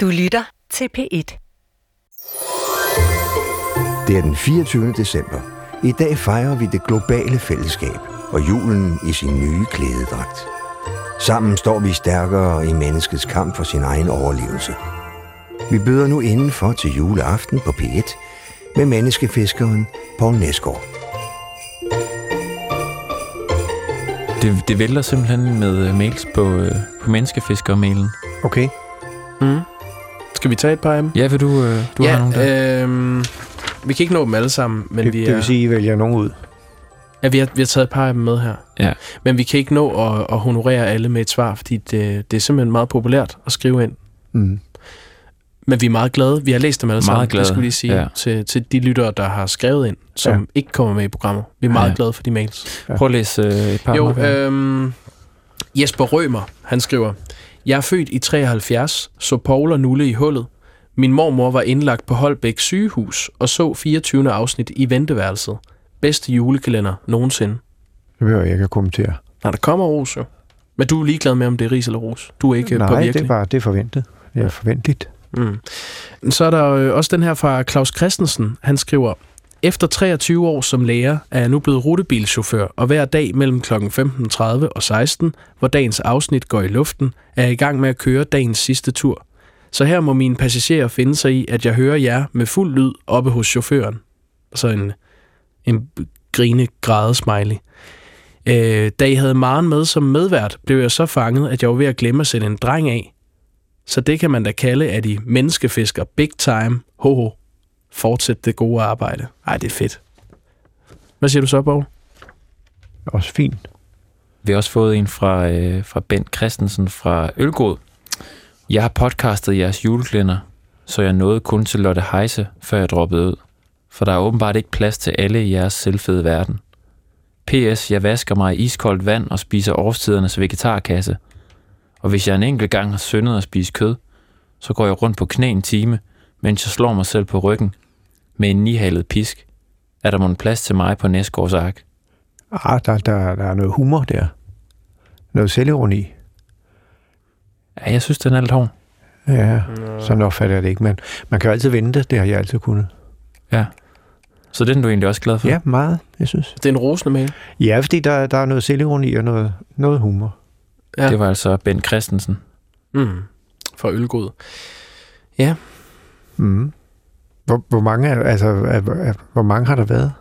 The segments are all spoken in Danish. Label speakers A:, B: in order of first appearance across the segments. A: Du lytter til P1.
B: Det er den 24. december. I dag fejrer vi det globale fællesskab og julen i sin nye klædedragt. Sammen står vi stærkere i menneskets kamp for sin egen overlevelse. Vi byder nu indenfor til juleaften på P1 med menneskefiskeren Paul Nesgaard.
C: Det, det vælter simpelthen med øh, mails på, øh, på menneskefisker-mailen.
D: Okay.
E: Mm. Skal vi tage et par af dem?
C: Ja, vil du, øh, du
E: ja,
C: har nogle der?
E: øhm, vi kan ikke nå dem alle sammen, men
D: det,
E: vi, er,
D: det vil sige, I vælger nogen ud.
E: ja, vi, har, vi har taget et par af dem med her.
C: Ja.
E: Men vi kan ikke nå at, at honorere alle med et svar, fordi det, det er simpelthen meget populært at skrive ind.
D: Mm.
E: Men vi er meget glade. Vi har læst dem alle
C: Meget
E: sammen,
C: glade,
E: det skulle jeg lige sige,
C: ja.
E: til, til de lyttere, der har skrevet ind, som ja. ikke kommer med i programmet. Vi er meget
C: Ja.
E: ja. glade for de mails.
D: Ja.
C: Prøv at læse øh, et par
E: Jo,
C: op her.
E: øhm, Jesper Rømer, han skriver, Jeg er født i 73, så Paul og Nulle i hullet. Min mormor var indlagt på Holbæk sygehus og så 24. afsnit i venteværelset. Bedste julekalender nogensinde.
D: Det behøver jeg ikke at kommentere.
E: Nej, der kommer ros jo. Men du er ligeglad med, om det er ris eller ros. Du er ikke øh,
D: Nej,
E: påvirkelig.
D: det var det er forventet. Det er forventeligt.
E: Mm. Så er der øh, også den her fra Claus Christensen. Han skriver, efter 23 år som lærer er jeg nu blevet rutebilchauffør, og hver dag mellem kl. 15.30 og 16, hvor dagens afsnit går i luften, er jeg i gang med at køre dagens sidste tur. Så her må mine passagerer finde sig i, at jeg hører jer med fuld lyd oppe hos chaufføren. Så en, en grine græde smiley. Øh, da I havde Maren med som medvært, blev jeg så fanget, at jeg var ved at glemme at sætte en dreng af, så det kan man da kalde, at I menneskefisker big time. Hoho. Fortsæt det gode arbejde. Ej, det er fedt. Hvad siger du så, Borg?
D: Også fint.
C: Vi har også fået en fra, øh, fra Bent Christensen fra Ølgod. Jeg har podcastet jeres juleklænder, så jeg nåede kun til Lotte Heise, før jeg droppede ud. For der er åbenbart ikke plads til alle i jeres selvfede verden. P.S. Jeg vasker mig i iskoldt vand og spiser årstidernes vegetarkasse. Og hvis jeg en enkelt gang har syndet at spise kød, så går jeg rundt på knæ en time, mens jeg slår mig selv på ryggen med en nihalet pisk. Er der mon plads til mig på næste års ark?
D: Ah, der, der, der er noget humor der. Noget selvironi.
C: Ja, jeg synes, den er lidt hård.
D: Ja, sådan opfatter jeg det ikke. Men man kan jo altid vente. Det har jeg altid kunnet.
C: Så den er du egentlig også glad for?
D: Ja, meget, jeg synes.
E: Det er en rosende mail.
D: Ja, fordi der, der er noget selvironi og noget, noget humor.
E: Ja.
C: Det var altså Ben Christensen.
E: Mm. Fra Ølgod.
D: Mm. Hvor, hvor, mange, er- altså, er, er, hvor mange har der været?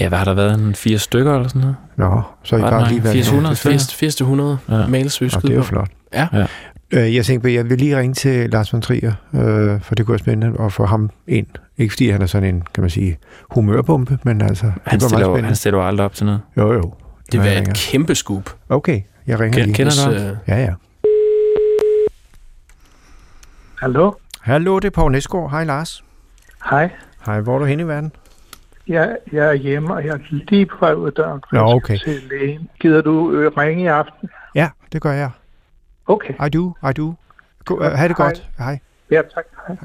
C: Ja, hvad har der været? En fire stykker eller sådan noget?
D: Nå, så har I
C: Ret
D: bare
C: mange.
D: lige været...
C: 400 stykker.
E: 80-100
C: Ja.
E: ja. mails, vi
D: Nå, det er
E: skyder
D: jo
E: på.
D: flot.
E: Ja.
C: Ja.
D: Øh, jeg tænkte på, at jeg vil lige ringe til Lars von Trier, øh, for det kunne være spændende at få ham ind. Ikke fordi han er sådan en, kan man sige, humørbombe, men altså,
C: Han
D: det var
C: stiller,
D: meget
C: jo, han
D: spændende.
C: stiller jo aldrig op til noget.
D: Jo, jo.
E: Det
D: Når
E: var
D: jeg
E: et
D: ringer.
E: kæmpe scoop.
D: Okay, jeg ringer
C: Kender,
D: lige.
C: kender du ham?
E: øh,
D: Ja, ja.
F: Hallo,
D: Hallo, det er Poul Næsgaard. Hej Lars.
F: hej.
D: Hej, hvor er du henne i verden?
F: Jeg, jeg er hjemme, og jeg er lige på vej ud af døren, for
D: Nå,
F: jeg
D: okay.
F: skal til lægen. Gider du øh, ringe i aften?
D: Ja, det gør jeg.
F: Okay,
D: I do, I do. Go, øh, ha' det
F: Hej.
D: godt. Hej.
F: ja tak. Hej.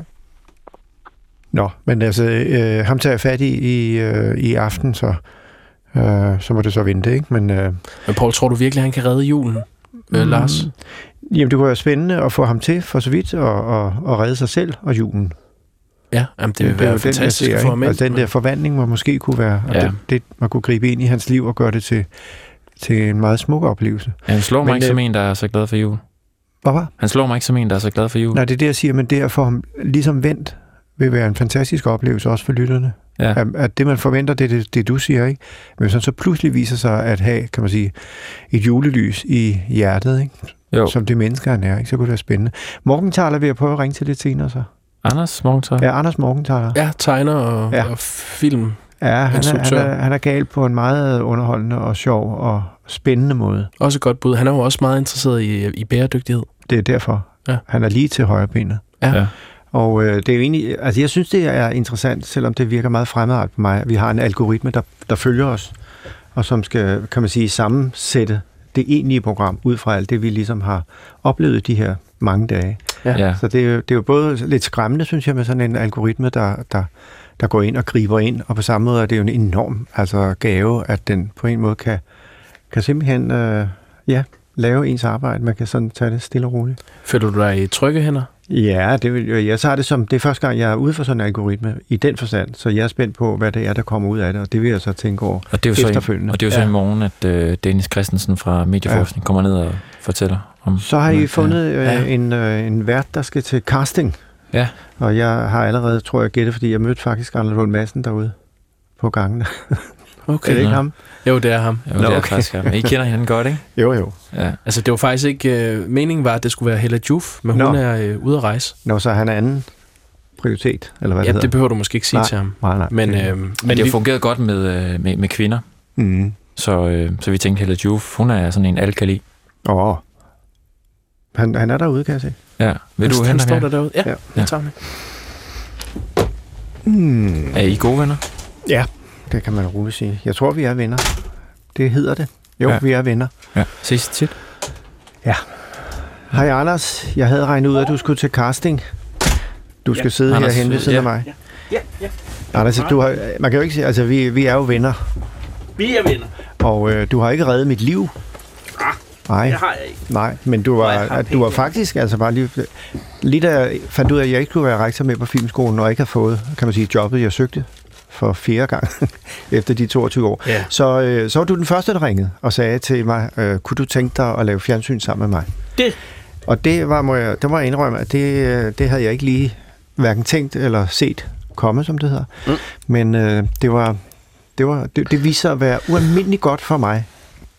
D: Nå, men altså, øh, ham tager jeg fat i i, øh, i aften, så, øh, så må det så vente, ikke? Men, øh,
E: Men Paul, tror du virkelig, han kan redde julen? Øh,
D: Mm.
E: Lars?
D: jamen, det kunne være spændende at få ham til, for så vidt, og, og, og redde sig selv og julen.
E: Ja, jamen, det vil
D: er
E: være
D: jo den, jeg
E: fantastisk
D: ser,
E: at få
D: ikke?
E: ham ind.
D: Altså, den der forvandling, man måske kunne være, ja.
C: Ja.
D: det, det, man kunne gribe ind i hans liv og gøre det til, til en meget smuk oplevelse.
C: Han slår mig
D: Men,
C: ikke
D: øh,
C: som en, der er så glad for jul.
D: Hvad var?
C: Han slår mig ikke som en, der er så glad for
E: Mm.
C: jul.
D: Nej, det er det, jeg siger, men det at få ham ligesom vendt, vil være en fantastisk oplevelse også for lytterne.
C: Ja.
D: At, at det, man forventer, det er det, det, du siger, ikke? Men hvis han så pludselig viser sig at have, kan man sige, et julelys i hjertet, ikke?
C: Jo.
D: Som det menneske, han er, ikke? Så kunne det være spændende. Morgenthaler vil jeg prøve at ringe til lidt senere, så.
C: Anders Morgentøj?
D: Ja, Anders Morgenthaler.
E: Ja, tegner og,
D: Ja.
E: ja. og film.
D: Ja, han er, han,
E: Instruktør.
D: er, han er gal på en meget underholdende og sjov og spændende måde.
E: Også et godt bud. Han er jo også meget interesseret i, i bæredygtighed.
D: Det er derfor.
E: Ja.
D: Han er lige til højre benet.
E: Ja.
C: Ja.
D: Og øh, det er jo egentlig, altså jeg synes, det er interessant, selvom det virker meget fremmedartet på mig. Vi har en algoritme, der, der følger os, og som skal, kan man sige, sammensætte det egentlige program ud fra alt det, vi ligesom har oplevet de her mange dage.
C: ja.
D: Så det er, jo, det er jo både lidt skræmmende, synes jeg, med sådan en algoritme, der, der, der går ind og griber ind, og på samme måde er det jo en enorm altså, gave, at den på en måde kan, kan simpelthen øh, ja, lave ens arbejde. Man kan sådan tage det stille og roligt.
E: Føler du dig i trygge hænder?
D: Ja, det vil, jeg tager det som, det er første gang, jeg er ude for sådan en algoritme i den forstand, så jeg er spændt på, hvad det er, der kommer ud af det, og det vil jeg så tænke over
C: Og det er jo så, i,
D: efterfølgende.
C: og det er jo så
E: Ja.
C: i morgen, at øh, Dennis Christensen fra Medieforskning kommer ned og fortæller om...
D: Så har I
C: Ja.
D: fundet øh,
C: Ja.
D: en, øh, en vært, der skal til casting,
C: Ja.
D: og jeg har allerede, tror jeg, gættet, fordi jeg mødte faktisk Arnold Lund Madsen derude på gangen. Okay.
E: Okay.
D: er det ikke
C: Nå.
D: ham?
E: Jo, det er ham.
C: Jo, det er
D: okay.
C: faktisk ham. I kender hinanden godt, ikke?
D: Jo, jo.
C: Ja.
E: Altså, det var faktisk ikke... Øh, meningen var, at det skulle være Hella Juf, men
D: Nå.
E: hun er øh, ude at rejse.
D: Nå, så er han anden prioritet, eller hvad
E: Ja,
D: det
E: det
D: hedder?
E: behøver du måske ikke sige
D: Nej.
E: til ham.
D: Nej, nej.
E: Men, øh,
C: Men
E: men
C: det har
E: vi,
C: fungeret godt med, øh, med, med kvinder,
D: Mm.
C: så, øh, så vi tænkte, Hella Juf, hun er sådan en alkali.
D: Åh. Han, han er derude, kan jeg se.
C: Ja. Vil du
E: han,
C: hente
E: han står
C: ham
E: der
C: her?
E: derude. Ja,
D: Ja.
E: ja. jeg tager ham.
D: Mm.
C: Er I gode venner?
D: Ja, det kan man roligt sige. Jeg tror, vi er venner. Det hedder det. Jo,
C: Ja.
D: ja. vi er venner.
C: Ja. Ses I tit?
D: Hej Anders, jeg havde regnet ud, at du skulle til casting. Du skal ja. sidde
C: Anders,
D: Anders, herhen ved siden
C: ja.
D: ja. af mig. Ja, ja. Anders, du har, man kan jo ikke sige, altså vi, vi er jo venner,
G: Vi er venner. Ah,
D: og øh, du har ikke reddet mit liv. Nej,
G: Det har jeg ikke.
D: nej, men du
G: Nej, jeg
D: var,
G: har
D: at du var
G: penge.
D: faktisk, altså bare lige, lige da jeg fandt ud af, at jeg ikke kunne være rektor med på filmskolen, og ikke har fået, kan man sige, jobbet, jeg søgte for fjerde gang efter de 22 år,
E: Ja.
D: så, øh, så var du den første, der ringede og sagde til mig, øh, kunne du tænke dig at lave fjernsyn sammen med mig?
G: Det-
D: Og det var, må jeg, det må jeg indrømme, at det, øh, det havde jeg ikke lige hverken tænkt eller set komme, som det hedder. Mm. Men øh, det var, det, var det, det viste sig at være ualmindeligt godt for mig.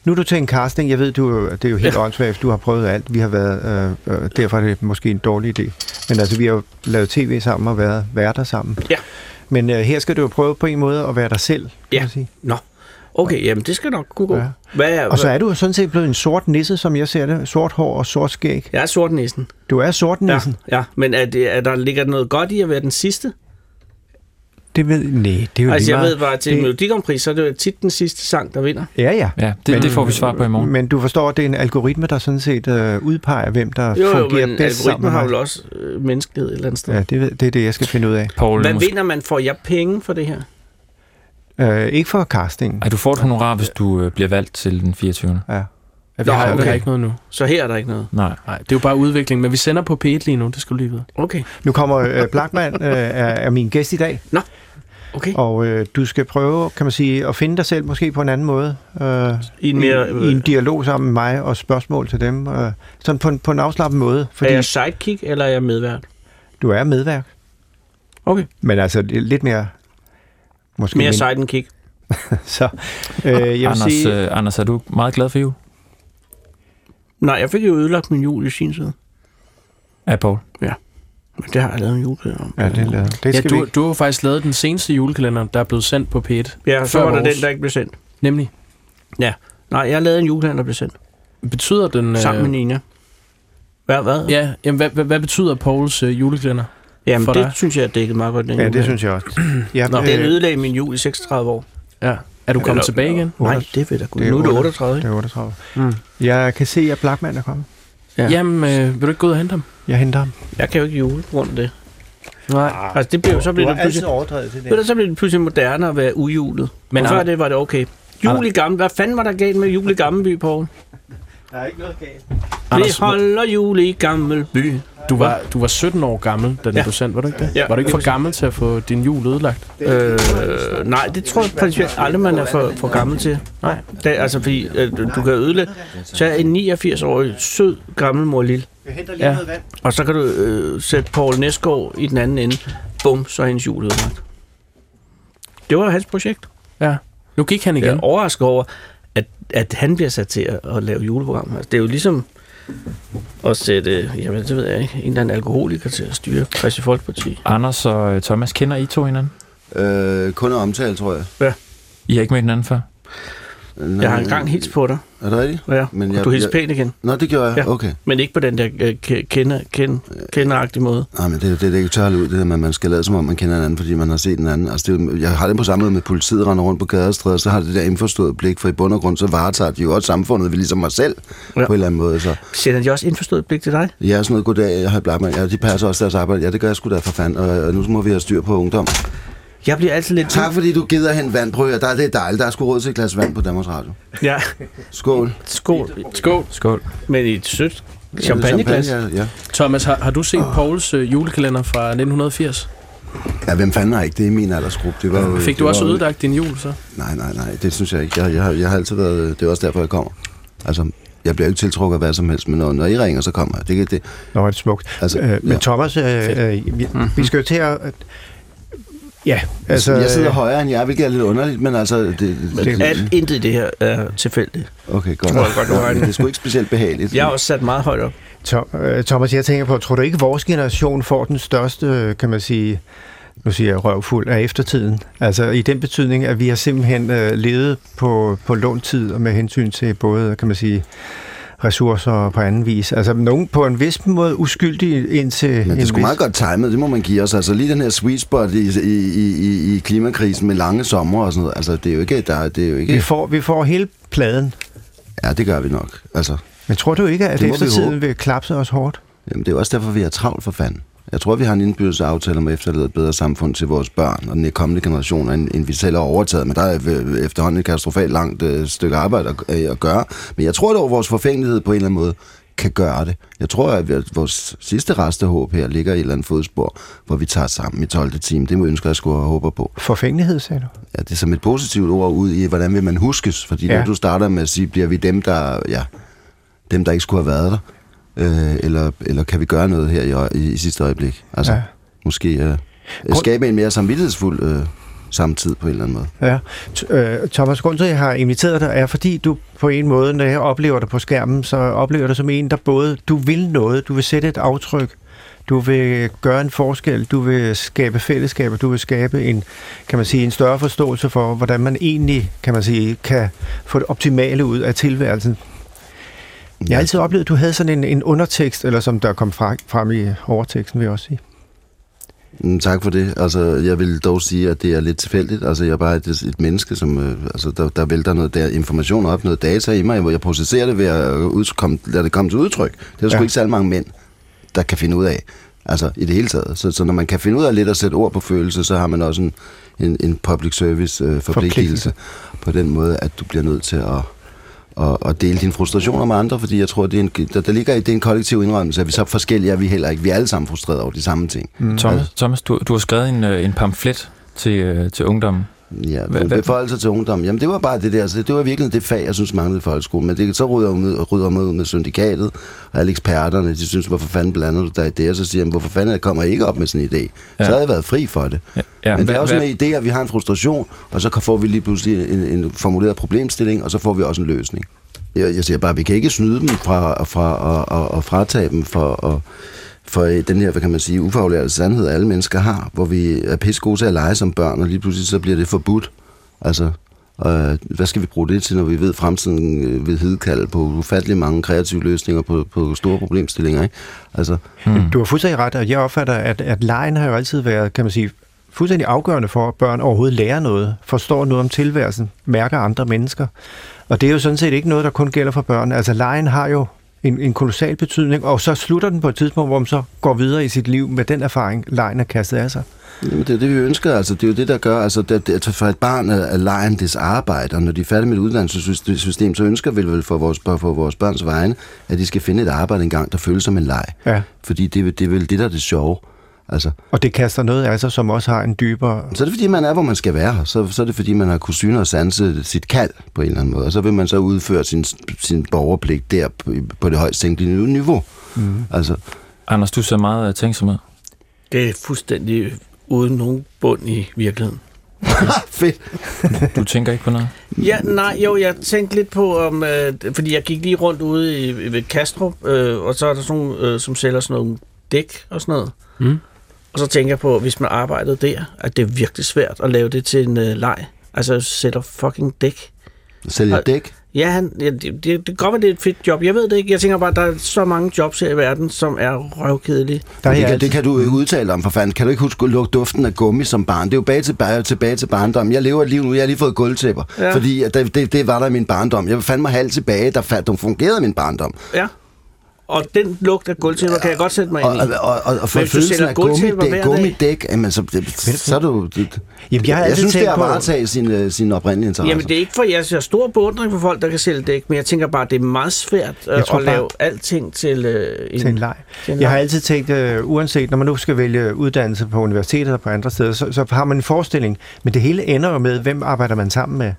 D: Nu er du til en casting. Jeg ved, du, er jo- det er jo helt ja. åndssvagt. Du har prøvet alt. Vi har været, øh, øh, derfor er det måske en dårlig idé. Men altså, vi har jo lavet tv sammen og været værter sammen.
G: Ja.
D: Men øh, her skal du jo prøve på en måde at være dig selv, kan
G: Ja.
D: man sige.
G: Nå. Okay, jamen det skal nok kunne gå.
D: Ja.
G: Ja. Hvad er,
D: Og så er du jo sådan set blevet en sort nisse, som jeg ser det. Sort hår og sort skæg.
G: Jeg er sort næsten.
D: Du er sort
G: Ja,
D: nissen.
G: ja. men er, det, er der ligger der noget godt i at være den sidste?
D: Det ved Nej, det er jo
G: altså
D: lige
G: jeg
D: meget.
G: ved bare, til det...
D: Det-
G: Melodi Grand Prix, så er det jo tit den sidste sang, der vinder.
D: Ja, ja.
C: Ja, det, men, det får vi svar på i morgen.
D: Men du forstår, at det er en algoritme, der sådan set øh, udpeger, hvem der
G: Jo, jo
D: fungerer
G: men
D: bedst sammen med
G: algoritmer har
D: mig.
G: vel også øh, menneskelighed et eller andet sted.
D: Ja, det, ved- det er det, jeg skal finde ud af.
C: Paul,
G: Hvad
C: måske-
G: vinder man? Får jeg penge for det her?
D: Øh, ikke for casting.
C: Ej, du får et honorar, hvis du øh, bliver valgt til den 24.
D: Ja.
E: Ja, vi
G: Nå,
E: har, okay. vi
G: okay.
E: har ikke noget nu.
G: Så her er der ikke noget.
C: Nej.
E: Nej, det er jo bare udvikling, men vi sender på P1 lige nu, det skal du lige vide.
G: Okay,
D: Nu kommer øh, Blackman øh, er, er min gæst i dag,
G: okay.
D: og øh, du skal prøve, kan man sige, at finde dig selv måske på en anden måde. Øh,
G: I en mere... øh,
D: i, I en dialog sammen med mig og spørgsmål til dem. Øh, sådan på en, på en afslappet måde,
G: fordi...
D: fordi
G: Er jeg sidekick, eller er jeg medvært?
D: du er medværk.
E: Okay.
D: Men altså det er lidt mere... Måske
G: Mere
D: mindre.
G: sidekick.
D: Så, øh, jeg vil
C: Anders,
D: sige,
C: øh, Anders, er du meget glad for jul?
G: Nej, jeg fik jo ødelagt min jul i sin tid.
C: Ja, Paul.
G: Men det har jeg lavet en julekalender om.
D: Ja, det, lader- det
E: Ja,
D: skal ja,
E: du,
D: vi
E: du har jo faktisk lavet den seneste julekalender, der er blevet sendt på P1.
G: Ja, så
E: Før
G: var der
E: vores.
G: den, der ikke blev sendt.
E: Nemlig,
G: Nej, jeg lavede en julekalender, der blev sendt.
E: betyder den... øh,
G: Sammen med Nina. Hvad, hvad?
E: Ja, jamen, hvad, hvad, hvad betyder Pauls øh, julekalender?
G: Jamen,
E: for
G: det
E: dig.
G: synes jeg, at dækkede meget godt den
D: Ja, det
G: julekalender.
D: synes jeg også. Ja, øh,
E: Nå.
G: Den ødelagde min jul i 36 år.
E: Ja. Er du kommet
G: Eller-
E: tilbage igen?
G: Nej, det ved da godt.
D: det er
G: Nu er det
D: otte-
G: 38,
D: Det
G: ikke?
D: er 38.
E: Mm.
D: Jeg kan se, at Blackman er kommet.
E: Ja.
G: Ja.
E: Jamen, øh, vil du ikke gå ud og hente ham?
D: Jeg henter ham.
G: Jeg kan jo ikke jule på grund af det.
E: Nej.
G: Altså, det blev, jo- så blev det pludselig...
D: overdrevet til
G: Ved du, så blev det pludselig moderne at være ujulet.
E: Men
G: Men og før
E: Anna-
G: det var det okay. Jul i gamle... Hvad fanden var der galt med jul i Gammelby, Poul?
D: Der er ikke noget galt.
G: Vi
E: Anders,
G: holder jul i Gammelby.
E: du var, du var 17 år gammel, da den ja.
G: Ja.
E: blev sendt, var du ikke det?
G: Ja.
E: Var du ikke for gammel til at få din jul ødelagt?
G: Øh, nej, det tror jeg principielt aldrig, man er for, for gammel til. Nej, det, er altså fordi, øh, du du kan ødelægge. Så er en 89-årig, sød, gammel mor lille,
D: Jeg henter
E: lige Ja. noget
D: vand.
G: og så kan du øh, sætte Paul Næsgaard i den anden ende. Bum, så er hendes jul ødelagt. Det var hans projekt.
E: Ja. Nu gik han
G: Jeg
E: igen.
G: er overrasket over, at, at han bliver sat til at, at lave juleprogrammer. Altså, det er jo ligesom at sætte, øh, jamen det ved jeg ikke, en eller anden alkoholiker til at styre Christi Folkeparti.
C: Anders og øh, Thomas, kender I to hinanden?
H: Øh, kun at omtale, tror jeg.
C: I har ikke mødt hinanden før?
H: Nå, øh,
G: Jeg har engang hils på dig,
H: Er det rigtigt?
G: ja,
H: Men
G: men jeg,
H: jeg-
G: du hilste
H: jeg-
G: pænt igen.
H: Nå, det gjorde jeg.
G: Ja.
H: Ja. Okay. Øh.
G: Men ikke på den der øh, ke- kender, kend, kenderagtige måde.
H: Nej, men det, det, det er jo tørligt ud, det der med, at man skal lade som om, man kender hinanden, fordi man har set hinanden. Altså, det, er jo- jeg har det på samme måde med politiet render rundt på gader og stræder, så har det der indforståede blik, for i bund og grund, så varetager de jo også samfundet, vi ligesom mig selv,
G: Ja.
H: ja. på en eller anden måde. Så
G: Sender de også indforstået blik til dig?
H: jeg er sådan noget, goddag, jeg har Blackman, ja, de passer også deres arbejde. Ja, det gør jeg sgu da for fanden, og, og nu må vi have styr på ungdom.
G: Jeg bliver altid lidt...
H: Tak fordi du gider hen vand, prøv at høre, der, det er dejligt, der er sgu råd til et glas vand på Danmarks Radio.
G: Ja,
H: Skål.
G: skål.
E: Skål.
C: Skål.
G: Men i et sødt Champagneglas.
H: Champagne, ja.
E: Thomas, har, har du set Pauls øh, julekalender fra 1980?
H: ja, hvem fanden har ikke det i min aldersgruppe? Det var jo,
E: Fik
H: det
E: du
H: var
E: også
H: jo-
E: ødelagt din jul, så?
H: Nej, nej, nej, det synes jeg ikke. Jeg, jeg, har- jeg har altid været... Det er også derfor, jeg kommer. Altså, jeg bliver jo ikke tiltrukket af hvad som helst, men når, når I ringer, så kommer jeg. Det, kan- det,
D: Nå, er det smukt.
H: Altså,
D: Altså, øh, men
H: ja.
D: Thomas, øh, øh, vi, vi
H: Mhm.
D: skal jo til at... at- Ja, altså...
H: altså, jeg sidder
D: øh,
H: højere end jer, hvilket er lidt underligt, men altså... Det, det,
G: Alt intet i det her er tilfældigt.
H: okay, godt.
G: Tror jeg godt, du har
H: Ja, men det er sgu ikke specielt behageligt.
G: Jeg er også sat meget højt op.
D: Tom, øh, Thomas, jeg tænker på, tror du ikke, vores generation får den største, øh, kan man sige, nu siger jeg røvfuld, af eftertiden? Altså i den betydning, at vi har simpelthen øh, levet på, på låntid og med hensyn til både, kan man sige, ressourcer og på anden vis. Altså nogen på en vis måde uskyldige indtil...
H: Men det er
D: en
H: sgu
D: vis-
H: meget godt timet, det må man give os. Altså lige den her sweet spot i, i, i- i, i klimakrisen med lange sommer og sådan noget. Altså det er jo ikke... Der, er- det er jo
D: Vi
H: ikke
D: får, vi får hele pladen.
H: ja, det gør vi nok. Altså,
D: Men tror du ikke, at
H: Det må vi
D: eftertiden
H: håbe.
D: vil klapse os hårdt?
H: jamen, det er jo også derfor, vi har travlt for fanden. Jeg tror, vi har en indbyrdes aftale om at efterlade et bedre samfund til vores børn og den kommende generation, end, end vi selv har overtaget. Men der er øh, efterhånden et katastrofalt langt øh, stykke arbejde at, øh, at gøre. Men jeg tror dog, at vores forfængelighed på en eller anden måde kan gøre det. Jeg tror, at vi- vores sidste restehåb her ligger i et eller andet fodspor, hvor vi tager os sammen i 12. time. Det må jeg ønske, at jeg skulle have håber på.
D: Forfængelighed, sagde du?
H: Ja, det er som et positivt ord ud i, hvordan vil man huskes? Fordi ja.
D: Ja.
H: når du starter med at sige, bliver vi dem, der, ja, dem, der ikke skulle have været der? Øh, eller, eller kan vi gøre noget her i, øje- i, i sidste øjeblik? Altså, ja.
D: Ja.
H: måske øh,
D: Grund-
H: skabe en mere samvittighedsfuld øh, samtid på en eller anden måde.
D: Ja. T- øh, Thomas, grunden til, at jeg har inviteret dig, er fordi du på en måde, når jeg oplever dig på skærmen, så oplever jeg dig som en, der både, du vil noget, du vil sætte et aftryk, du vil gøre en forskel, du vil skabe fællesskaber, du vil skabe en, kan man sige, en større forståelse for, hvordan man egentlig, kan man sige, kan få det optimale ud af tilværelsen.
H: Altså,
D: Jeg har altid oplevet, at du havde sådan en, en undertekst, eller som der kom fra, frem i overteksten, vil jeg også sige.
H: Mm, tak for det. Altså, jeg vil dog sige, at det er lidt tilfældigt. Altså, jeg er bare et, et menneske, som, øh, altså, der, der vælter noget der information op, noget data i mig, hvor jeg processerer det ved at ud, kom, lade det komme til udtryk. Det er der sgu
D: Ja.
H: ikke særlig mange mænd, der kan finde ud af. Altså, i det hele taget. Så, så når man kan finde ud af lidt at sætte ord på følelse, så har man også en, en, en public service øh, forpligtelse
D: Forpligtelse.
H: på den måde, at du bliver nødt til at og, og dele dine frustrationer med andre, fordi jeg tror, det er en, der, der ligger i det er en kollektiv indrømmelse, at vi så forskellige er vi heller ikke. Vi er alle sammen frustrerede over de samme ting.
C: Mm. Thomas, Thomas du, du har skrevet en, øh, en pamflet til, øh, til ungdommen.
H: Ja,
C: Hvad-
H: Hva,
C: hvad-
H: beføjelser til ungdom. Jamen, det var bare det der. Altså, det var virkelig det fag, jeg synes manglede i folkeskolen. Men det, så rydder man, ud- rydder man ud med syndikatet, og alle eksperterne, de synes, hvorfor fanden blander du dig i det? Og så siger jeg, hvorfor fanden kommer jeg ikke op med sådan en idé? Ja. Så
C: Ja.
H: havde jeg været fri for det.
C: Ja,
H: Ja, men det
C: hvad-
H: er også
C: hvad-
H: med idé, at vi har en frustration, og så kan- får vi lige pludselig en, en formuleret problemstilling, og så får vi også en løsning. Jeg, jeg siger bare, at vi kan ikke snyde dem fra, fra og, og, og fratage dem for, og, for øh, den her, hvad kan man sige, ufaglærte sandhed, alle mennesker har, hvor vi er pisse gode til at lege som børn, og lige pludselig så bliver det forbudt. Altså, øh, hvad skal vi bruge det til, når vi ved, at fremtiden øh, vil hedkalde på ufattelig mange kreative løsninger på, på store problemstillinger, ikke? Altså,
D: Mm. Du har fuldstændig ret, og jeg opfatter, at, at lejen har jo altid været, kan man sige, fuldstændig afgørende for, at børn overhovedet lærer noget, forstår noget om tilværelsen, mærker andre mennesker. Og det er jo sådan set ikke noget, der kun gælder for børn. Altså lejen har jo en, en kolossal betydning, og så slutter den på et tidspunkt, hvor man så går videre i sit liv med den erfaring, lejen er kastet af sig.
H: Jamen, det er det, vi ønsker. Altså, det er jo det, der gør, altså, det, det, for et barn er, er lejen dets arbejde, og når de er færdige med et uddannelsessystem, så ønsker vi vel for vores, for vores børns vegne, at de skal finde et arbejde engang, der føles som en leg.
D: Ja.
H: Fordi det, er vel- det er vel det, der er det sjove. Altså,
D: Og det kaster noget af sig, som også har en dybere...
H: så er det fordi, man er, hvor man skal være. Så, så er det fordi, man har kunnet syne og sanse sit kald på en eller anden måde. Og så vil man så udføre sin, sin borgerpligt der på, på det højst tænkelige niveau. Mm. Altså,
C: Anders, du ser meget øh, tænksom ud.
G: Det er fuldstændig uden nogen bund i virkeligheden.
H: fedt.
C: Du tænker ikke på noget.
G: Ja, nej, jo, jeg tænkte lidt på, om, øh, fordi jeg gik lige rundt ude i, ved Kastrup, øh, og så er der sådan nogle, øh, som sælger sådan nogle dæk og sådan noget.
E: Mm.
G: Og så tænker jeg på, hvis man arbejdede der, at det er virkelig svært at lave det til en øh, leg. Altså, jeg sætter fucking dæk.
H: Sælger
G: Og-
H: dæk.
G: Ja, han, ja det, det, det kan godt være, det er et fedt job. Jeg ved det ikke. Jeg tænker bare, at der er så mange jobs her i verden, som er røvkedelige.
D: Der er
H: det,
D: altså- jeg
H: kan,
D: altid-
H: det kan du ikke udtale om, for fanden. Kan du ikke huske at lukke duften af gummi som barn? Det er jo bag til, bag, tilbage til barndommen. Jeg lever et liv nu, jeg har lige fået gulvtæpper. Ja.
G: Ja.
H: Fordi at det, det, det, var der i min barndom. Jeg fandt mig halvt tilbage, der fandt, fungerede i min barndom.
G: Ja. Og den lugt af gulvtæpper kan jeg godt sætte mig
H: Og,
G: ind i.
H: og, og, og, og for
G: hvis du
H: følelsen
G: sælger
H: af
G: gulvtæpper hver
H: gummidæk,
G: dag-
H: gummidæk jamen, så, det, så er du... Det,
D: Jamen, jeg har altid
H: synes, det
D: tænkt
H: er at
D: på-
H: varetage sin, øh, sin oprindelige interesse.
G: Jamen, det er ikke for, jeg har stor beundring for folk, der kan sælge dæk, men jeg tænker bare, det er meget svært øh,
D: Jeg tror
G: at lave
D: bare-
G: alting til, øh, en,
D: til en leg.
G: til en
D: Jeg har
G: leg.
D: altid tænkt, øh, uanset når man nu skal vælge uddannelse på universitetet og på andre steder, så, så har man en forestilling. Men det hele ender jo med, hvem arbejder man sammen med?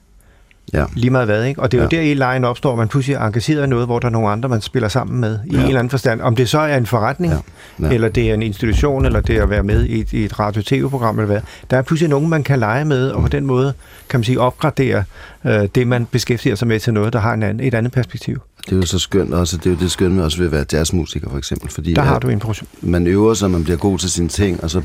H: Ja.
D: Lige meget hvad, ikke? Og det er jo
H: Ja.
D: der i lejen opstår, at man pludselig er engageret i noget, hvor der er nogle andre, man spiller sammen med i
H: Ja.
D: en eller anden forstand. Om det så er en forretning,
H: Ja. Ja.
D: eller det er en institution, eller det er at være med i et, i et radio-tv-program, eller hvad. Der er pludselig nogen, man kan lege med, og på den måde, kan man sige, opgradere øh, det, man beskæftiger sig med til noget, der har en anden, et andet perspektiv.
H: Det er jo så skønt også, det er jo det skønne også ved at være jazzmusiker for eksempel, fordi
D: Der har
H: at
D: du en proces.
H: man øver sig, man bliver god til sine ting, og så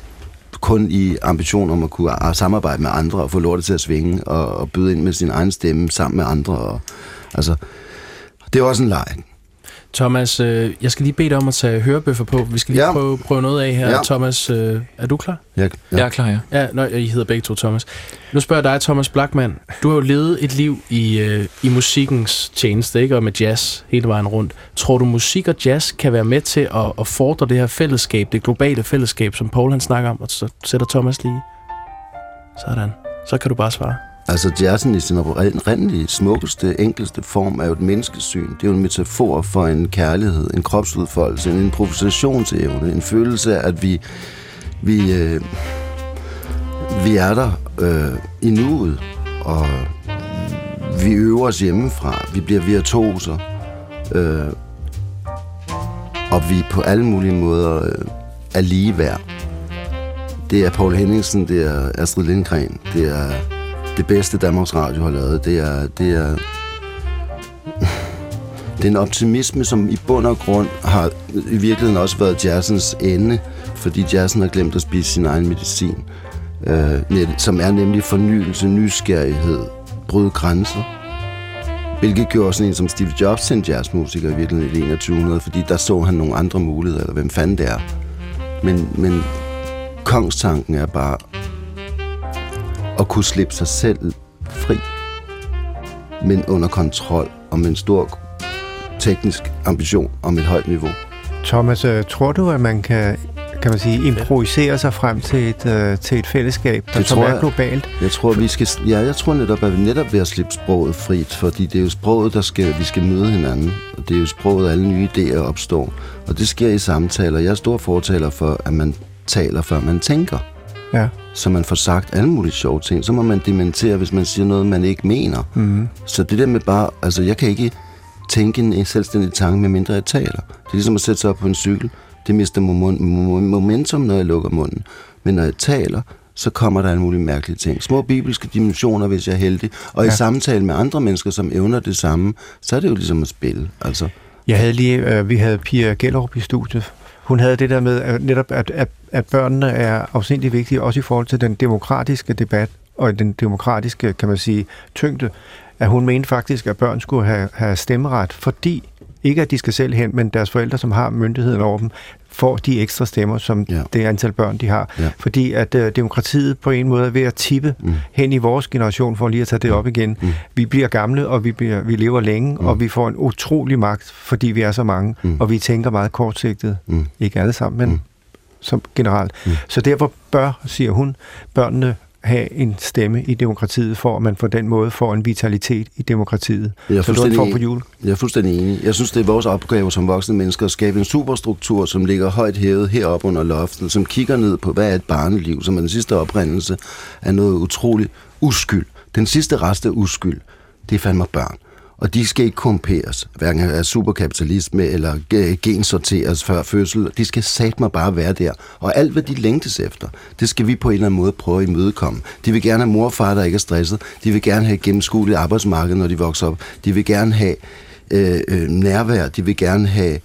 H: kun i ambition om at kunne a- samarbejde med andre og få lortet til at svinge og, og byde ind med sin egen stemme sammen med andre. Og, altså, det er også en leg.
E: Thomas, øh, jeg skal lige bede dig om at tage hørebøffer på. Vi skal lige
H: Ja.
E: prøve, prøve noget af her.
H: Ja.
E: Thomas, øh, er du klar?
H: Jeg,
C: Ja. Jeg er klar, ja.
E: Ja, nej, I hedder begge to Thomas. Nu spørger jeg dig, Thomas Blackman. Du har jo levet et liv i, øh, i musikkens tjeneste, ikke? Og med jazz hele vejen rundt. Tror du, musik og jazz kan være med til at, at fordre det her fællesskab, det globale fællesskab, som Paul han snakker om? Og så sætter Thomas lige... Sådan. Så kan du bare svare.
H: Altså jazzen i sin oprindelige, smukkeste, enkelste form er jo et menneskesyn. Det er jo en metafor for en kærlighed, en kropsudfoldelse, en improvisationsevne, en følelse af, at vi, vi, øh, vi er der øh, i nuet, og vi øver os hjemmefra, vi bliver virtuoser, øh, og vi på alle mulige måder øh, er lige værd. Det er Paul Henningsen, det er Astrid Lindgren, det er det bedste Danmarks Radio har lavet. Det er, det er, det er en optimisme, som i bund og grund har i virkeligheden også været jazzens ende, fordi jazzen har glemt at spise sin egen medicin, øh, net- som er nemlig fornyelse, nysgerrighed, bryde grænser. Hvilket gjorde sådan en som Steve Jobs til en jazzmusiker i virkeligheden i det 2100, fordi der så han nogle andre muligheder, eller hvem fanden det er. Men, men kongstanken er bare at kunne slippe sig selv fri, men under kontrol og med en stor teknisk ambition om et højt niveau.
D: Thomas, øh, tror du, at man kan, kan man sige, improvisere sig frem til et, øh, til et fællesskab, der
H: Det
D: som
H: tror
D: er
H: jeg.
D: globalt?
H: Jeg tror, vi skal, ja, jeg tror netop, at vi netop ved at slippe sproget frit, fordi det er jo sproget, der skal, vi skal møde hinanden. Og det er jo sproget, alle nye idéer opstår. Og det sker i samtaler. Jeg er stor fortaler for, at man taler, før man tænker.
D: Ja.
H: så man får sagt alle mulige sjove ting. Så må man dementere, hvis man siger noget, man ikke mener. Mm. Så det der med bare, altså jeg kan ikke tænke en selvstændig tanke, medmindre jeg taler. Det er ligesom at sætte sig op på en cykel. Det mister mo- mo- momentum, når jeg lukker munden. Men når jeg taler, så kommer der alle mulige mærkelige ting. Små bibelske dimensioner, hvis jeg er heldig. Og ja. i samtale med andre mennesker, som evner det samme, så er det jo ligesom at spille. Altså,
D: Jeg havde lige, øh, vi havde Pia Gellerup i studiet. Hun havde det der med, at netop at, at, at børnene er afsindelig vigtige, også i forhold til den demokratiske debat og den demokratiske, kan man sige, tyngde. At hun mente faktisk, at børn skulle have, have stemmeret, fordi ikke at de skal selv hen, men deres forældre, som har myndigheden over dem, får de ekstra stemmer, som
H: Ja.
D: ja. det antal børn, de har.
H: Ja.
D: Ja. Fordi at øh, demokratiet på en måde er ved at tippe mm. hen i vores generation, for lige at tage det op igen. Mm. Vi bliver gamle, og vi, bliver, vi lever længe, mm. og vi får en utrolig magt, fordi vi er så mange, mm. og vi tænker meget kortsigtet.
H: Mm.
D: Mm. Ikke alle sammen, men mm. som generelt. Mm. Så derfor bør, siger hun, børnene have en stemme i demokratiet, for at man på den måde får en vitalitet i demokratiet.
H: Jeg er
D: så det er en
H: fuldstændig
D: form for
H: enig.
D: jul.
H: Jeg er fuldstændig enig. Jeg synes, det er vores opgave som voksne mennesker at skabe en superstruktur, som ligger højt hævet heroppe under loftet, som kigger ned på, hvad er et barneliv, som er den sidste oprindelse af noget utroligt uskyld. Den sidste rest af uskyld, det er fandme børn. Og de skal ikke komperes, hverken af superkapitalisme eller ge- gensorteres før fødsel. De skal satme bare være der. Og alt, hvad de længtes efter, det skal vi på en eller anden måde prøve at imødekomme. De vil gerne have mor og far, der ikke er stresset. De vil gerne have et gennemskueligt arbejdsmarked, når de vokser op. De vil gerne have øh, øh, nærvær. De vil gerne have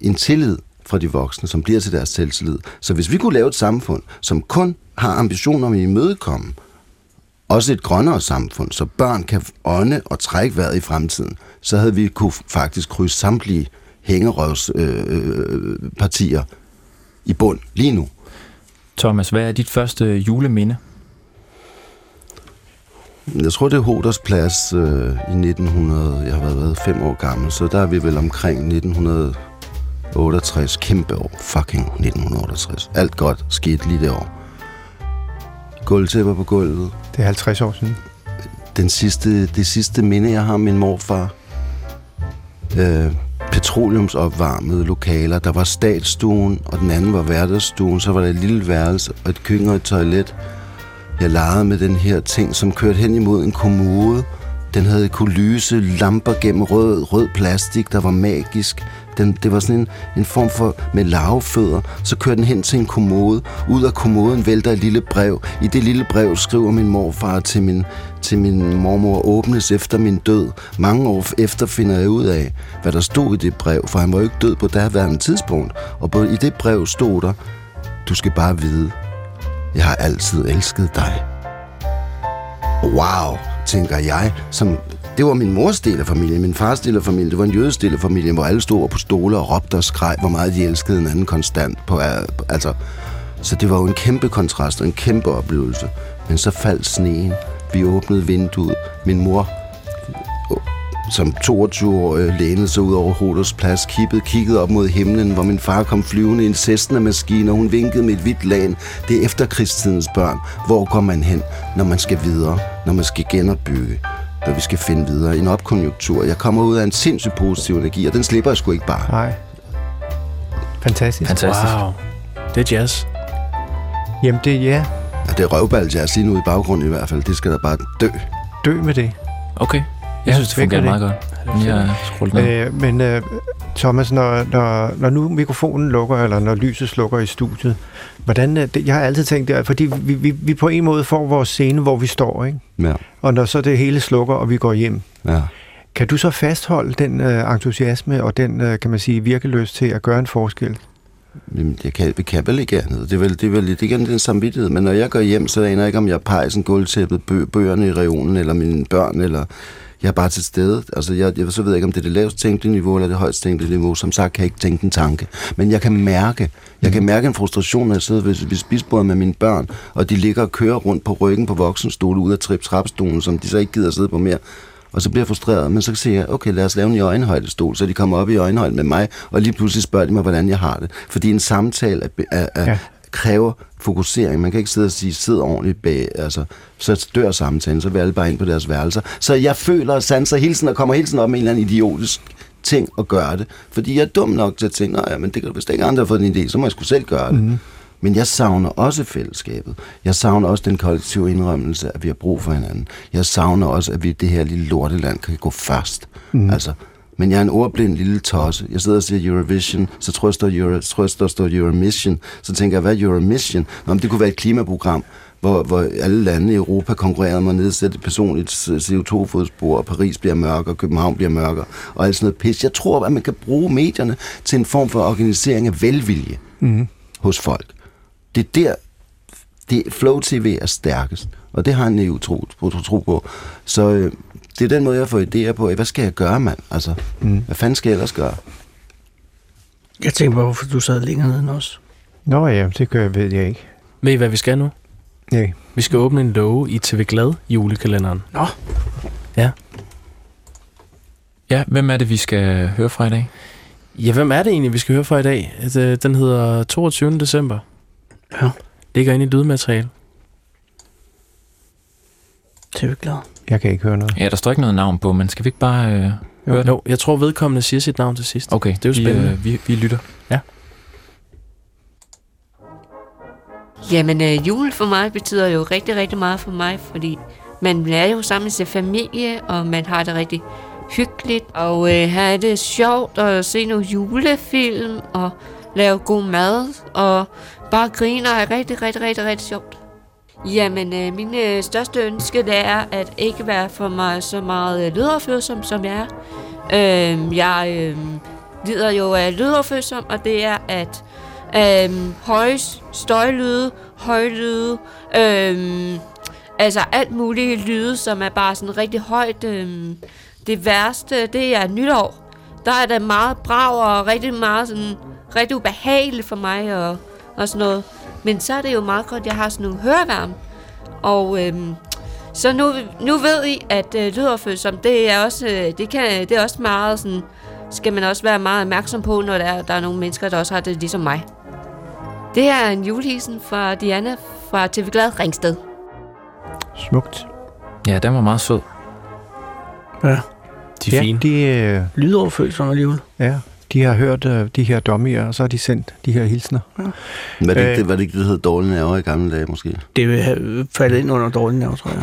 H: en tillid fra de voksne, som bliver til deres selvtillid. Så hvis vi kunne lave et samfund, som kun har ambitioner om at imødekomme, også et grønnere samfund, så børn kan ånde og trække vejret i fremtiden, så havde vi kunne faktisk krydse samtlige hængerøvspartier øh, partier i bund lige nu.
C: Thomas, hvad er dit første juleminde?
H: Jeg tror, det er Hoders plads øh, i 1900. Jeg har været, været fem år gammel, så der er vi vel omkring 1900 68, kæmpe år. Fucking 1968. Alt godt skete lige det år. Gulvtæpper på gulvet.
D: Det er 50 år siden.
H: Den sidste, det sidste minde, jeg har om min morfar. Øh, petroleumsopvarmede lokaler. Der var statsstuen, og den anden var hverdagsstuen. Så var der et lille værelse, og et køkken og et toilet. Jeg legede med den her ting, som kørte hen imod en kommode. Den havde kulyse, lamper gennem rød, rød plastik, der var magisk. Den, det var sådan en, en form for med lavefødder. Så kørte den hen til en kommode. Ud af kommoden vælter et lille brev. I det lille brev skriver min morfar til min, til min mormor, åbnes efter min død. Mange år efter finder jeg ud af, hvad der stod i det brev, for han var jo ikke død på daværende tidspunkt. Og på, i det brev stod der, du skal bare vide, jeg har altid elsket dig. Wow, tænker jeg, som det var min mors del af familien, min fars del af familien, det var en jødes del af familien, hvor alle stod på stole og råbte og skreg, hvor meget de elskede hinanden konstant. På, altså, så det var jo en kæmpe kontrast og en kæmpe oplevelse. Men så faldt sneen, vi åbnede vinduet, min mor som 22-årig lænede sig ud over Hoders plads, kippede, kiggede op mod himlen, hvor min far kom flyvende i en Cessna-maskine, og hun vinkede med et hvidt lagen. Det er efterkrigstidens børn. Hvor går man hen, når man skal videre, når man skal genopbygge, når vi skal finde videre? En opkonjunktur. Jeg kommer ud af en sindssygt positiv energi, og den slipper jeg sgu ikke bare.
D: Nej. Fantastisk.
C: Fantastisk. Wow.
E: Wow. Det er jazz.
D: Jamen det, ja.
H: Ja, det er røvbald, jeg lige nu i baggrunden i hvert fald. Det skal da bare dø.
D: Dø med det.
C: Okay. Jeg
D: Ja,
C: synes, det
D: væk
C: fungerer
D: med
C: meget godt. Jeg har scrollet ned.
D: Øh, men øh, Thomas, når, når, når nu mikrofonen lukker, eller når lyset slukker i studiet, hvordan, øh, det, jeg har altid tænkt det, er, fordi vi, vi, vi på en måde får vores scene, hvor vi står, ikke?
H: Ja,
D: og når så det hele slukker, og vi går hjem,
H: ja.
D: kan du så fastholde den øh, entusiasme og den, øh, kan man sige, virkeløst til at gøre en forskel?
H: Jamen, jeg kan, jeg kan vel ikke andet. Det er vel, det er vel det er igen den samvittighed. Men når jeg går hjem, så aner jeg ikke, om jeg har pejsen, gulvtæppet, bø, bøgerne i reolen, eller mine børn, eller jeg er bare til stede. Altså, jeg, jeg, så ved jeg ikke, om det er det lavest tænkte niveau, eller det højst tænkte niveau. Som sagt kan jeg ikke tænke en tanke. Men jeg kan mærke, jeg kan mærke en frustration, når jeg sidder ved, ved spisbordet med mine børn, og de ligger og kører rundt på ryggen på voksenstole ud af trip trapstolen, som de så ikke gider sidde på mere. Og så bliver jeg frustreret, men så siger jeg, okay, lad os lave en i øjenhøjdestol, så de kommer op i øjenhøjde med mig, og lige pludselig spørger de mig, hvordan jeg har det. Fordi en samtale er, er, er,
D: Ja.
H: ja. kræver fokusering. Man kan ikke sidde og sige, sid ordentligt bag, altså, så dør samtalen, så vil alle bare ind på deres værelser. Så jeg føler og sanser hele tiden, og kommer hele tiden op med en eller anden idiotisk ting at gøre det. Fordi jeg er dum nok til at tænke, nej, men det kan du vist ikke andre har fået en idé, så må jeg skulle selv gøre det. Mm-hmm. Men jeg savner også fællesskabet. Jeg savner også den kollektive indrømmelse, at vi har brug for hinanden. Jeg savner også, at vi i det her lille lorteland kan gå først. Mm. Altså, men jeg er en ordblind lille tosse. Jeg sidder og siger Eurovision, så tror jeg, står Euro, tror jeg, der står Euromission. Så tænker jeg, hvad er Euromission? Nå, men det kunne være et klimaprogram, hvor, hvor alle lande i Europa konkurrerede om at nedsætte et personligt CO2-fodspor, og Paris bliver mørkere, og København bliver mørkere, og alt sådan noget pis. Jeg tror, at man kan bruge medierne til en form for organisering af velvilje mm. hos folk. Det er der, det, Flow TV er stærkest, og det har en EU tro, tro, tro på. Så øh, det er den måde, jeg får idéer på. Hvad skal jeg gøre, mand? Altså, mm. hvad fanden skal jeg ellers gøre?
G: Jeg tænkte bare, hvorfor du sad længere nede end os.
D: Nå ja, det gør, ved jeg ikke.
E: Ved I, hvad vi skal nu?
D: Nej.
E: Vi skal åbne en låge i TV Glad julekalenderen.
C: Ja, hvem er det, vi skal høre fra i dag?
E: Ja, hvem er det egentlig, vi skal høre fra i dag? At, øh, Den hedder 22. december.
G: Ja.
E: Ligger inde i lydmateriale.
G: Det er jo ikke glad.
D: Jeg kan ikke høre noget.
C: Ja, der står ikke noget navn på, men skal vi ikke bare øh, høre den?
E: Jo, jeg tror vedkommende siger sit navn til sidst.
C: Okay,
E: Det er jo spændende.
C: Vi, øh, vi, vi lytter.
I: Jamen, øh, jul for mig betyder jo rigtig, rigtig meget for mig, fordi man er jo sammen med sin familie, og man har det rigtig hyggeligt, og øh, have det sjovt, og se nogle julefilm, og lave god mad, og bare grine, og er rigtig, rigtig, rigtig, rigtig sjovt. Jamen, øh, min øh, største ønske, det er at ikke være for mig så meget øh, lydoverfølsom, som jeg er. Øh, jeg øh, lider jo af lydoverfølsom, og det er, at øhm, høje s- støjlyde, høje lyde, øhm, altså alt muligt lyde, som er bare sådan rigtig højt. Øhm, det værste, det er nytår. Der er det meget brav og rigtig meget sådan, rigtig ubehageligt for mig og, og sådan noget. Men så er det jo meget godt, at jeg har sådan nogle høreværm. Og øhm, så nu, nu ved I, at øh, lydoverfølsom, det er også, øh, det kan, det er også meget sådan, skal man også være meget opmærksom på, når der er, der er nogle mennesker, der også har det ligesom mig. Det her er en julehilsen fra Diana fra TV Glad Ringsted.
D: Smukt.
C: Ja, den var meget sød.
E: De er
D: ja,
E: fine.
D: De, øh,
G: Lydoverfølelse under alligevel.
D: ja, de har hørt øh, de her dommer, og så har de sendt de her hilsner.
H: Var det,
D: Øh.
H: ikke, det, var det ikke det, der hed dårlige nerver i gamle dage, måske?
G: Det vil have faldet ind under dårlig nerve, tror jeg.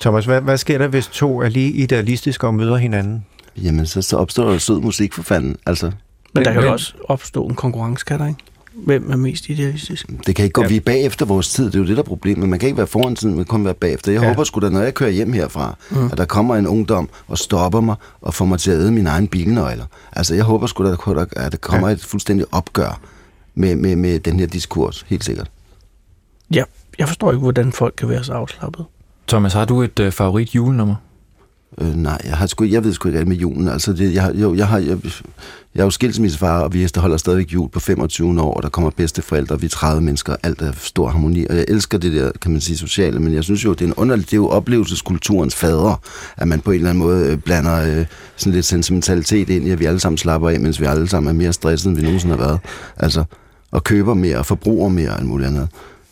D: Thomas, hvad, hvad sker der, hvis to er lige idealistiske og møder hinanden?
H: Jamen, så, så opstår der jo sød musik for fanden. Altså,
G: Men der kan
C: Men-
G: jo også opstå en konkurrence, kan der ikke? Hvem er mest idealistisk?
H: det kan ikke gå.
D: Ja.
H: Ja. Vi er bagefter vores tid. Det er jo det, der er problemet. Man kan ikke være foran tiden, man kan kun være bagefter. Jeg
D: Ja.
H: ja. håber sgu da, når jeg kører hjem herfra, mm. at der kommer en ungdom og stopper mig og får mig til at æde mine egne bilnøgler. Altså, jeg håber sgu da, at der- at der kommer ja. et fuldstændig opgør med, med, med den her diskurs. Helt sikkert.
G: Ja, jeg forstår ikke, hvordan folk kan være så afslappet.
C: Thomas, har du et øh, favorit julenummer?
H: Øh, nej, jeg, har sgu, jeg ved sgu ikke alt med julen. Altså, det, jeg, har- jo, jeg, har, jeg, jeg er jo skilsmissefar, og vi holder stadigvæk jul på 25 år, og der kommer bedsteforældre, og vi er 30 mennesker, alt er stor harmoni. Og jeg elsker det der, kan man sige, sociale, men jeg synes jo, det er en underlig, det er jo oplevelseskulturens fader, at man på en eller anden måde øh, blander øh, sådan lidt sentimentalitet ind i, at vi alle sammen slapper af, mens vi alle sammen er mere stressede, end vi nogensinde har været. Altså, og køber mere, og forbruger mere, end muligt andet.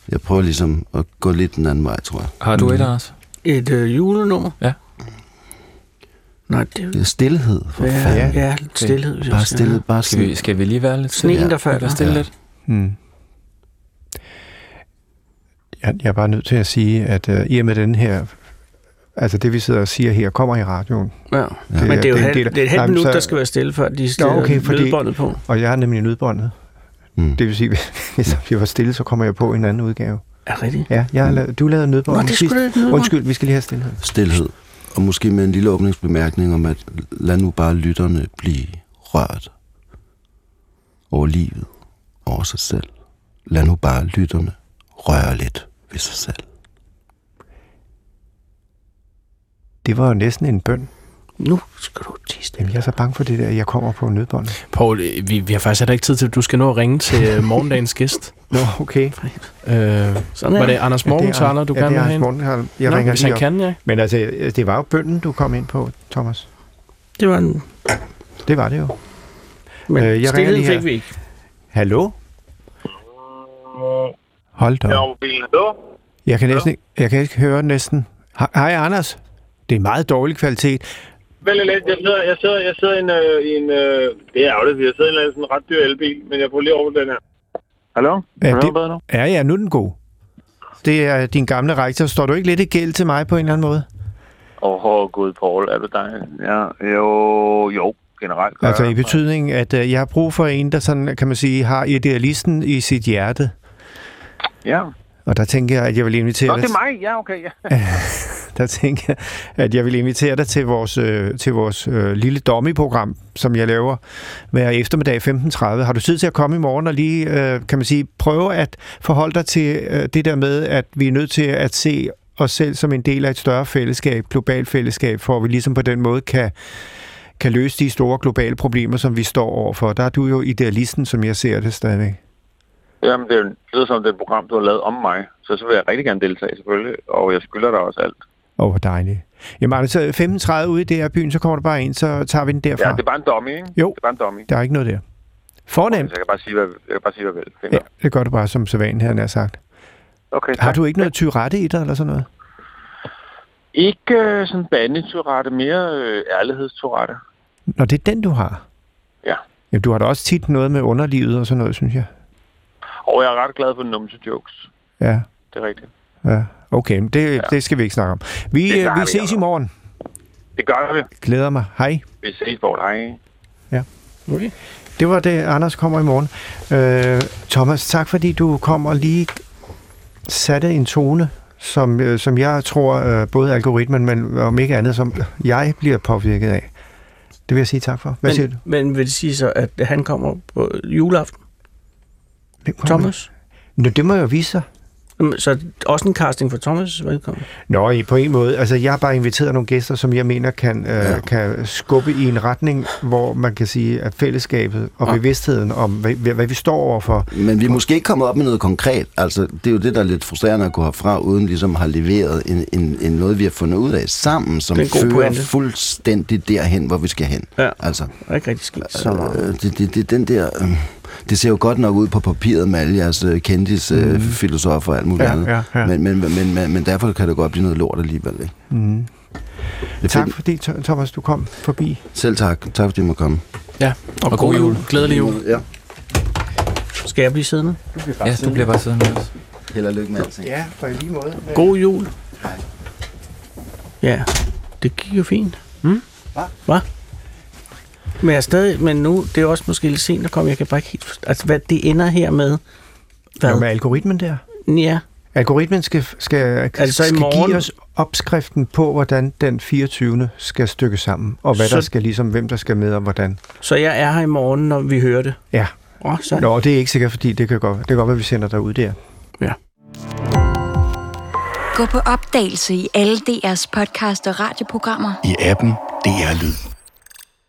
H: Jeg prøver ligesom at gå lidt den anden vej, tror jeg.
C: Har du et, Anders?
G: Et øh, julenummer?
C: Ja.
G: Nej, det er jo...
H: Det er stillhed, for ja, fanden.
G: Ja,
H: Ja.
G: ja, lidt stillhed. hvis jeg
H: Bare
G: skal.
H: stillhed, bare
C: Skal vi, skal vi lige være lidt stille?
G: Sneen, der
H: Ja,
C: Skal vi
G: falder.
C: være stille
H: Ja.
C: lidt?
D: Hmm. Jeg, jeg er bare nødt til at sige, at øh, i og med den her, altså det vi sidder og siger her, kommer i radioen.
G: Ja. Men det er jo
D: en
G: halv,
D: del af-
G: det er et
D: Nej, men
G: halvt minut,
D: så-
G: der skal være stille, før de stiller
D: okay, fordi-
G: lydbåndet på.
D: Og jeg har nemlig lydbåndet.
H: Mm.
D: Det vil sige, hvis jeg var stille, så kommer jeg på en anden udgave.
G: Er det rigtigt?
D: Ja,
E: Hmm.
D: jeg har la- du lavede
G: Nå,
D: nødbåndet
G: det
D: sidst.
G: skulle da et lydbånd.
D: Undskyld, vi skal lige have stillhed.
H: Stilhed. Og måske med en lille åbningsbemærkning om, at lad nu bare lytterne blive rørt over livet, over sig selv. Lad nu bare lytterne røre lidt ved sig selv.
D: Det var jo næsten en bøn.
G: Nu skal du tisse
D: Jamen, jeg er så bange for det der, at jeg kommer på nødbåndet.
E: Poul, øh, vi, vi har faktisk heller ikke tid til, at du skal nå at ringe til øh, morgendagens gæst.
D: Nå, okay.
E: Øh,
G: Sådan
E: var
G: er
E: det
G: det.
E: Anders
D: Ja,
E: Morgenthaler,
D: det
E: du
D: er
E: gerne vil have
D: Hans
E: ind?
D: Morgenthaler. Jeg
E: Nå,
D: ringer
E: hvis
D: lige
E: han
D: op.
E: kan, ja.
D: Men altså, det var jo bønden, du kom ind på, Thomas.
G: Det var en...
D: Det var det jo. Øh,
G: Men
D: jeg
G: øh,
D: ringer
G: stillheden
D: lige her.
G: fik vi ikke.
D: Hallo? Hold da. op.
F: mobilen. Hallo?
D: Jeg kan, næsten ikke, jeg kan ikke høre næsten. He- Hej, Anders. Det er meget dårlig kvalitet.
F: Vel lidt, jeg sidder, jeg sidder, jeg sidder i en, øh, i en øh, det er ærgerligt, jeg sidder i en, eller anden sådan ret dyr elbil, men jeg prøver lige over den her. Hallo?
D: Ja,
F: Er du
D: det-
F: bedre nu?
D: Ja, ja, nu er den god. Det er din gamle rektor. Står du ikke lidt i gæld til mig på en eller anden måde?
F: Åh, oh, gud, Paul, er du dig? Ja, jo, jo, generelt. gør
D: Altså
F: jeg.
D: i betydning, at øh, jeg har brug for en, der sådan, kan man sige, har idealisten i sit hjerte.
F: Ja.
D: Og der tænker jeg, at jeg vil invitere
F: Nå,
D: dig,
F: det er mig. Ja, okay. Ja.
D: der tænker, jeg, at jeg vil invitere dig til vores, øh, til vores øh, lille dommeprogram, som jeg laver hver eftermiddag 15.30. Har du tid til at komme i morgen og lige, øh, kan man sige, prøve at forholde dig til øh, det der med, at vi er nødt til at se os selv som en del af et større fællesskab, globalt fællesskab, for at vi ligesom på den måde kan kan løse de store globale problemer, som vi står overfor. Der er du jo idealisten, som jeg ser det stadigvæk.
F: Jamen, det er jo- det lyder som det er et program, du har lavet om mig, så så vil jeg rigtig gerne deltage selvfølgelig, og jeg skylder dig også alt.
D: Åh, oh, hvor dejligt. Jamen, Anders, 15.30 ude i DR byen, så kommer du bare ind, så tager vi den
F: Ja,
D: derfra.
F: det er bare en dummy, ikke?
D: Jo.
F: Det er bare en dummy.
D: Der er ikke noget der. Fornemt.
F: Så jeg kan bare sige, hvad, jeg kan bare sige, hvad jeg vil. Fint
D: Ja,
F: nok.
D: det gør du bare som sædvanen, havde jeg nær sagt.
F: Okay,
D: Har
F: tak.
D: du ikke noget tyrette i dig eller sådan noget?
F: Ikke øh, sådan bandeturette, mere øh, ærlighedsturette.
D: Nå, det er den, du har.
F: Ja.
D: Jamen, du har da også tit noget med underlivet og sådan noget, synes jeg.
F: Og jeg er ret glad for numse jokes.
D: Ja,
F: Det er rigtigt.
D: ja. Okay, men det, ja. det skal vi ikke snakke om. Vi,
F: Det
D: øh,
F: klarer
D: vi
F: vi,
D: ses i
F: Jacob.
D: morgen.
F: Det gør vi.
D: Glæder mig. Hej.
F: Vi ses, Paul. Hej.
G: Okay.
D: Det var det, Anders kommer i morgen. Øh, Thomas, tak fordi du kom og lige satte en tone, som, øh, som jeg tror øh, både algoritmen, men om ikke andet, som jeg bliver påvirket af. Det vil jeg sige tak for. Hvad siger du?
G: Men, men vil det sige så, at han kommer på juleaften?
D: Hvem kommer?
G: Thomas?
D: Nå, det må jo vise sig.
G: Jamen, Så også en casting for Thomas, velkommen.
D: Nå, i- på en måde. Altså, jeg har bare inviteret nogle gæster, som jeg mener kan, øh, ja. kan skubbe i en retning, hvor man kan sige, at fællesskabet og ja.
G: Ja.
D: bevidstheden om, hvad, hvad hvad vi står overfor,
H: Men vi er måske ikke kommet op med noget konkret. Altså, det er jo det, der er lidt frustrerende at gå herfra, uden ligesom har leveret en, en, en noget, vi har fundet ud af sammen, som
G: Det er en god
H: fører
G: pointe.
H: fuldstændig derhen, hvor vi skal hen.
G: Ja.
H: Altså,
G: Der er ikke rigtig sket så meget.
H: øh, det, det, det, den der... Øh, det ser jo godt nok ud på papiret med alle jeres øh, kendis, øh, filosofer og alt muligt
D: Ja,
H: andet.
D: ja, ja.
H: Men, men, men, men, men derfor kan det godt blive noget lort alligevel, ikke?
D: Mm.
H: Det er
D: Tak
H: fedt.
D: fordi, Tho- Thomas, du kom forbi.
H: Selv tak. Tak fordi jeg måtte komme.
E: Ja, og, og god jul. Glædelig jul.
H: Ja.
G: Skal jeg blive siddende?
C: Ja, du bliver bare siddende også.
H: Held og lykke med alting.
D: Ja, for i lige måde.
G: God jul. Ja, det gik jo fint. Mm? Hvad? Men jeg er stadig, men nu, det er også måske lidt sent at komme, jeg kan bare ikke helt forstå, altså hvad det ender her med, hvad?
D: Hvad med algoritmen der?
G: ja,
D: Algoritmen skal, skal,
G: det så i
D: skal
G: morgen?
D: give os opskriften på, hvordan den 24. skal stykke sammen, og hvad så...
G: Så-
D: der skal ligesom, hvem der skal med og hvordan.
G: så jeg er her i morgen, når vi hører det.
D: Ja,
G: Åh, oh, så.
D: Nå, og det er ikke sikkert, fordi det kan godt, det kan godt være, vi sender dig ud der.
J: Gå på opdagelse i alle DR's podcast og radioprogrammer.
K: I appen DR Lyd.